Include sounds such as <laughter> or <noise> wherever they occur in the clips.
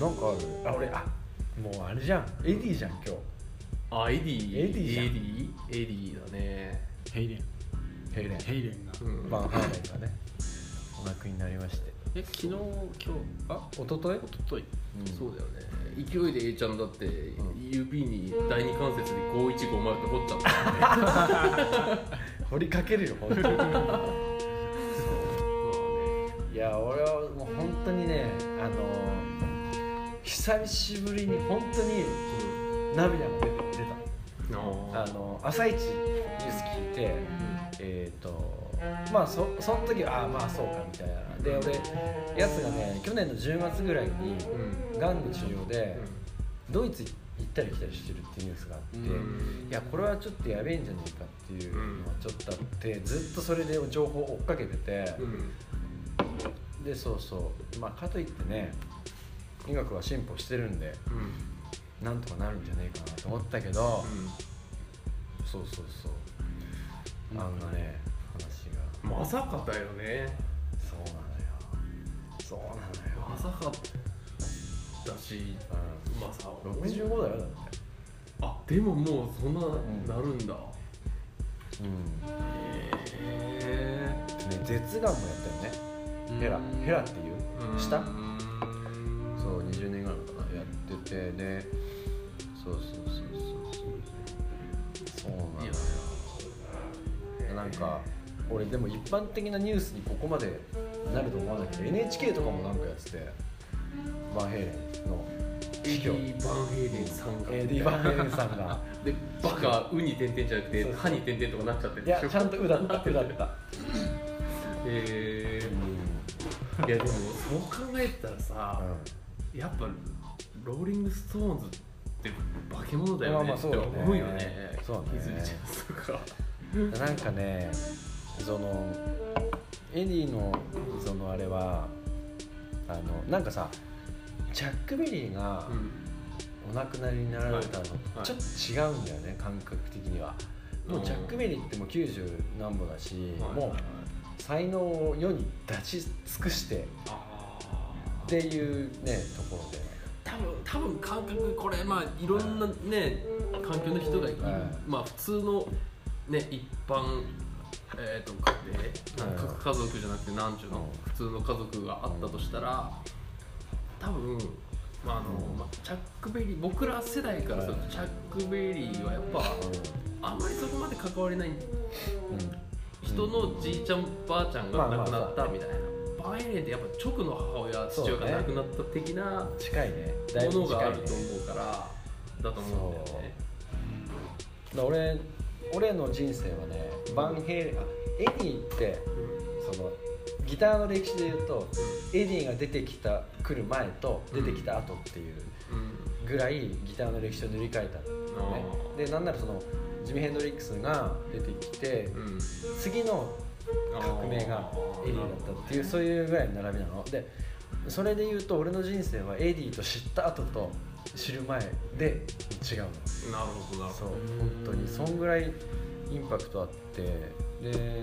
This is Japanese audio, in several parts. なんかあ俺あもうあれじゃんエディじゃん今日あエディエディじゃんエディエディだねヘイレンヘイレンヘイレンが、うんまあハーレンがねお亡くなりましてえ昨日今日あ一昨日おとといそうだよね勢いで A ちゃんだって、指に第二関節で5150って掘っちゃったからね掘りかけるよ本当に <laughs> いや俺はもう本当にねあのー久しぶりに本当に涙が出て出たああの朝一ニュース聞いてえっ、とまあそその時はああまあそうかみたいなで俺やつがね去年の10月ぐらいにーうんがんの治療でドイツ行ったり来たりしてるっていうニュースがあって、いやこれはちょっとやべえんじゃねえかっていうのはちょっとあって、ずっとそれで情報を追っかけてて、うんでそうそうまあかといってね医学は進歩してるんでうんなんとかなるんじゃねえかなと思ったけど、そうそうそうあんなね話がうんまさかだよねそうなのよそうなのよ、まさかだしまさうん、65だよだってあでももうそんななるんだ、うんへね舌がんもやったよねえヘラヘラっていう下そそう20年ぐらいかなやっててでそうそうそうそうそうそういやなのよなんか俺でも一般的なニュースにここまでなると思わなくて NHK とかもなんかやっててバンヘイレンのエデ卑怯ィ・バンヘイレンさんがエディ・バンヘイレンさん <laughs> がでバカ「う」に点々じゃなくそてう「そう歯に点々とかなっちゃってるいやちゃんとうだったうだったへえいやでもそう考えたらさ、やっぱローリング・ストーンズって化け物だよまあね、まあそうだねって思うよねそうだね気づいちゃうとかうんなんかねそのエディのそのあれはあのなんかさジャック・ベリーが、お亡くなりになられたのとはいちょっと違うんだよね感覚的にはもうジャック・ベリーってもう90何歩だしはいもう才能を世に出し尽くしてあーっていうねところで多分多分感覚これまあいろんなね環境の人がいる、はいまあ普通のね一般えー、と家庭なんはかい各家族じゃなくてなんちゅうの、うん普通の家族があったとしたら多分、まああのうんまあ、チャックベリー僕ら世代からするとチャックベリーはやっぱあんまりそこまで関われない人のじいちゃんばあちゃんが亡くなったみたいな、バイエレンってやっぱ直の母親父親が亡くなった的な、近いねだいもぶのが近いあるねと思うからだと思うんだよねだ俺俺の人生はねバンヘイレンあエディってそのギターの歴史で言うとエディが出てきた来る前と出てきた後っていううんぐらいギターの歴史を塗り替えたねでなんならそのジミヘンドリックスが出てきてうんうん次の革命がエディだったっていうそういうぐらいの並びなのでそれで言うと俺の人生はエディと知った後と知る前で違うのなるほどなるそほうど本当にそんぐらいインパクトあってで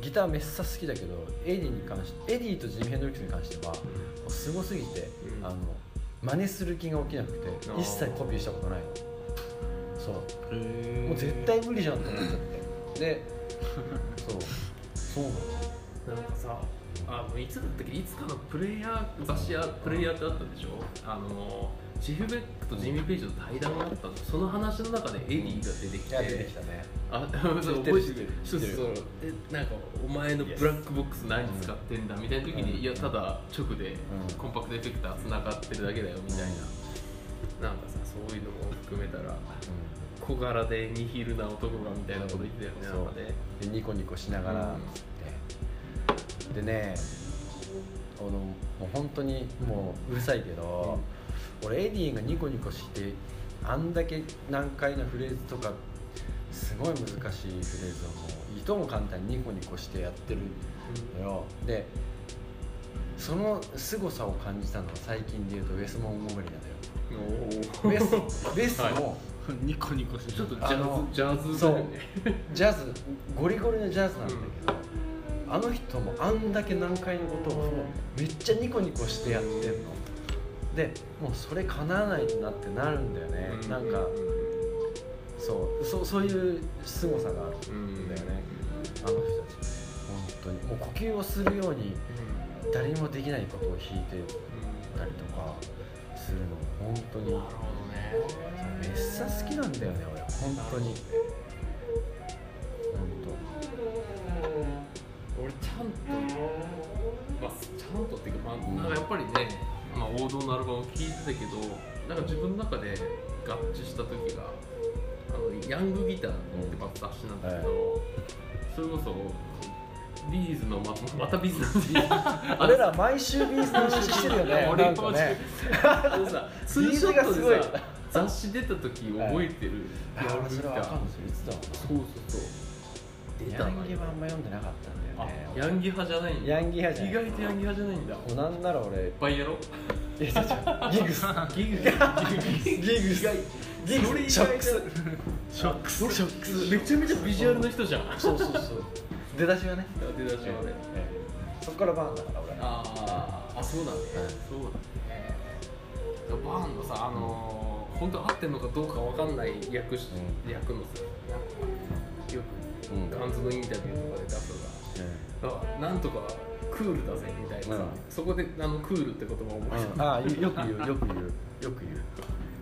ギターめっさ好きだけどエディに関してエディとジミヘンドリックスに関してはもうすごすぎて、うんあの真似する気が起きなくてあー一切コピーしたことないのそうへもう絶対無理じゃんと思っちゃって <laughs> でそうそうなのなんかさあのいつだったっけいつかのプレイヤー雑誌やプレイヤーってあったでしょあのジフベックとジミー・ペイジの対談があったのその話の中でエディが出てきいて、や出てきたね <laughs> あ、そう知ってる覚えてる。知そっうてるそうそう。で、なんかお前のブラックボックス何使ってんだみたいなう時んに、いやただ直でうんコンパクトエフェクター繋がってるだけだよみたいな。なんかさ、そういうのも含めたら小柄でニヒルな男がみたいなこと言ってたよね。なんかね。でニコニコしながらつってでねあのもう本当にもううるさいけど、俺エディがニコニコしてあんだけ難解なフレーズとかすごい難しいフレーズをもういとも簡単にニコニコしてやってるのよでその凄さを感じたのは最近で言うとウェス・モンゴメリ <laughs> なんだよおウお。ェスウェスはいのニコニコしてちょっとジあのャズジャズだよね。ジャズ、ゴリゴリのジャズなんだけど、あの人もあんだけ難解のことをめっちゃニコニコしてやってんのでもうそれ叶わないなってなるんだよね、うんなんかそうそうそういう凄さがあるうんだよねあの人たち本当にもう呼吸をするように誰にもできないことを弾いてたりとかするの本当になるほどねめっさ好きなんだよね俺本当に本俺ちゃんと、まあ、ちゃんとっていうか、まあ、なんかやっぱりね、まあ、王道のアルバムを聴いてたけどなんか自分の中で合致した時があのヤングギターってまた雑誌なんですけど、それこそビーズのままたビーズなんですよ <laughs> 当俺ら毎週ビーズの話してるよね <laughs> 俺なんかねあのさツーショッビーズがすごトいでさ雑誌出た時覚えてるいやヤン俺グギそれタはあかーんですよいつだろそうそうそううな出たヤなンギはあんま読んでなかったんだあよねヤンギ派じゃないんだヤンギ派じゃない意外とヤンギ派じゃないんだもうなんなら俺バイエロいや違う違うギグスギグギグスギそれ以外グスショックスショックスショックスめちゃめちゃビジュアルの人じゃんそうそうそう出だしはね出だしはねええそっからバーンだから俺あーあそうなんだねはいそうなんだねバーンのさあのー本当合ってんのかどうかわかんない役しう役のさようんくガンズのインタビューとかで出すのがあなんとかクールだぜみたいなさ、うんそこであのクールって言葉を覚えてた、ああよよく言うよく言うよく言う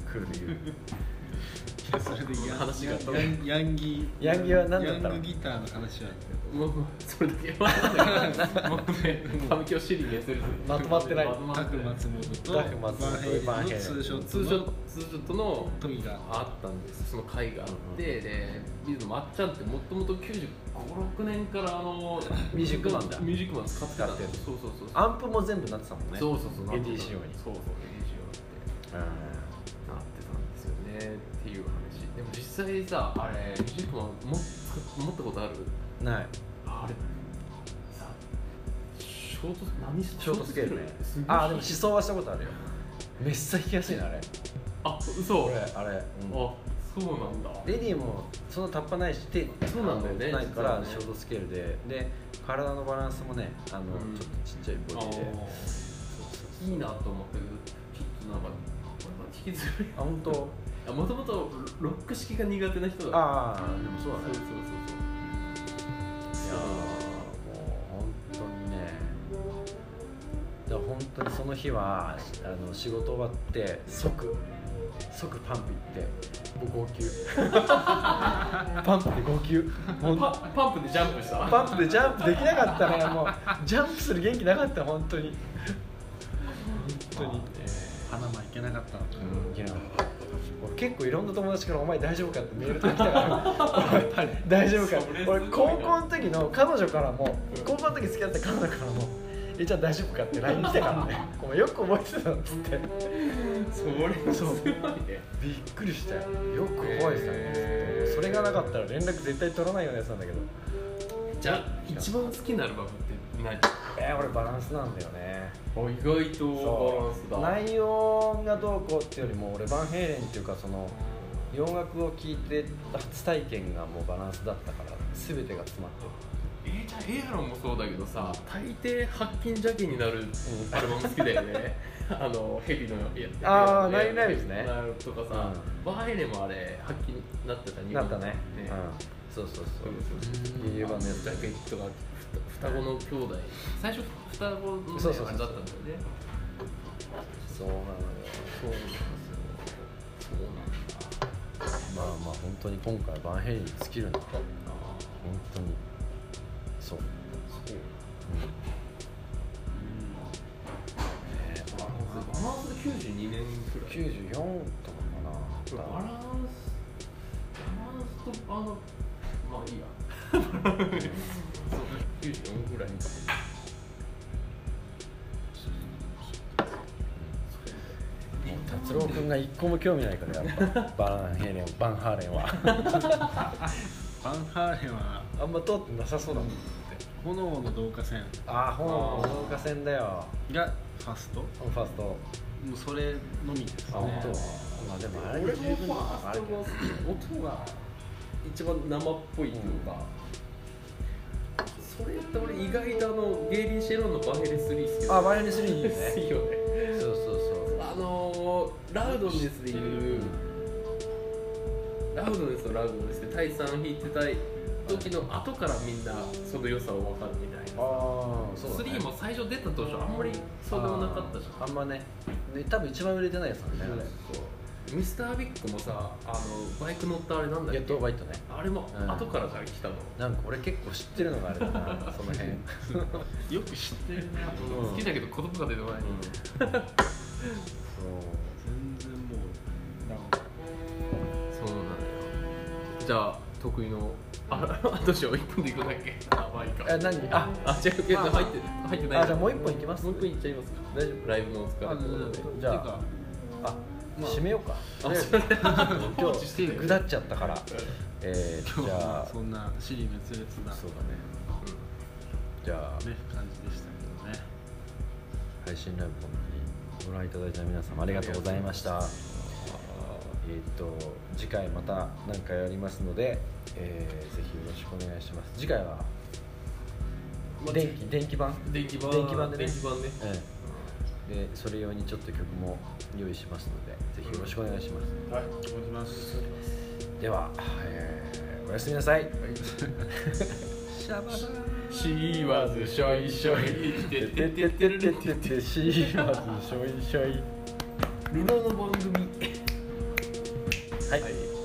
クール言うそれでヤン話があったヤンヤンギヤンギは何だったのヤングギターの話はもうそれだけはもうね環境シリーズやってるまとまってないまタってクない松本とタク松本バンヘイレンのツーショット通の常通常との富があったんですその会があって、でビーズのまっちゃんってもともと956年からあのミュージックマンだミュージックマン使ってたんだよ使そうそうそうそうアンプも全部なってたもんねそうそうそう AD なってた仕様にそうそう AD 仕様にってなってたんですよねっていう話でも実際さあれミュージックマンも持ったことあるうんないあれさショート何シショートスケールねすごいああでも思想はしたことあるよめっちゃ弾きやすいなあれあ嘘俺ああれ、うんそうなんだレディーもそんなタッパないし手そうなんだよねあのないか実はらねショートスケールでで体のバランスもねあの、うんちょっとちっちゃいボディであーいいなと思ったけどちょっとなんか俺は引きずるあ本当あもともとロック式が苦手な人だああでもそうだねそうそうそういやーもう本当にねだから本当にその日はあの仕事終わって即即パンプ行って僕号泣 <laughs> <laughs> パンプで号泣ほそうパんパンプでジャンプしたパンプでジャンプできなかったねもうジャンプする元気なかった本当に本当に花間いけなかったのかいや俺結構いろんな友達から「お前大丈夫か?」ってメールとか来たから <laughs> 「大丈夫か?」それすごい俺な高校の時の彼女からも高校の時付き合った彼女からも「えちゃん大丈夫か?」って LINE 来たからね「お前よく覚えてたの」っつってそれすそうごいねびっくりしたよよく覚えてたねへーそれがなかったら連絡絶対取らないようなやつなんだけどじゃあ一番好きなアルバムって何えー、俺バランスなんだよねあ意外とそうバランスだ内容がどうこうっていうよりも俺バンヘイレンっていうかその洋楽を聴いて初体験がもうバランスだったから全てが詰まってるえー、じゃあエアロンもそうだけどさ大抵発金邪気になるアルバム好きだよねあのヘビのやあーナややインナインですねナインとかさ、バーエレもあれ発金になってたねなったね、ねうん、そうそうそうそういい版のやつジャケットがふた双子の兄弟最初双子の、ね、そうそうそうあれだったんだよねそうなのよそうなんですよそうなんだまあまあ本当に今回バンヘイリーに尽きるんだ本あ当にそう、ーそううんねバランスバランス92年くらい94とかバかランなスバランスとあのまあいいやそう94ぐらいかもう達郎君が一個も興味ないからやっぱバンヘイレンバンハーレンはバンハーレンはあんま通ってなさそうだもんって炎の導火線あああー本火線だよがファーストもファーストうそれのみですあ本ね当まあでもあれ俺でも十分まだあああれそだこ音が一番生っぽいというか、それやって俺意外とあのゲイリー・シェロンのバヘレ3好 <laughs> きけどあバイオリン3いいよね好きよねそうそうそうあのラウドネスでいううんラウドネスとラウドネスでタイさん弾いてた時の後からみんなその良さを分かるみたいなああそうだ、ね、 3も最初出た当初あんまりそうでもなかったじゃんあんまねね多分一番売れてないやつなんだよねそうミスタービッグもさあのバイク乗ったあれなんあだれっゲットけバイトねあれもうん後からじゃん来たの、なんか俺結構知ってるのがあれだ <laughs> なその辺よく知ってるなとうん好きだけど言葉が出てこない、そ全然もうなんかそうなんだよじゃあ得意のあどうしよう1分でいくんだっけあまあいいかうえ何ああ違うけどまあまあ入って入ってないあじゃあもう一本いきますもう一本いっちゃいますか大丈夫ライブのお疲れあってこのとでじゃあてかあ、まあ締めようかあすいません今放置して日るよぐだっちゃったからえ今ー、日じゃはあそんな尻滅裂な、ねそうだねじゃあ、感じでしたけどね配信ライブ本当にご覧いただいた皆様ありがとうございましたえーっと次回また何かやりますので、えーぜひよろしくお願いします次回は電気電気版電気版電気版でね電気版ねうんでそれ用にちょっと曲も用意しますのでぜひよろしくお願いします、はいお願いしますでは、えーおやすみなさいシャバダーシーワーズしょいしょいててててるるててシーワーズしょいしょいルロの番組はい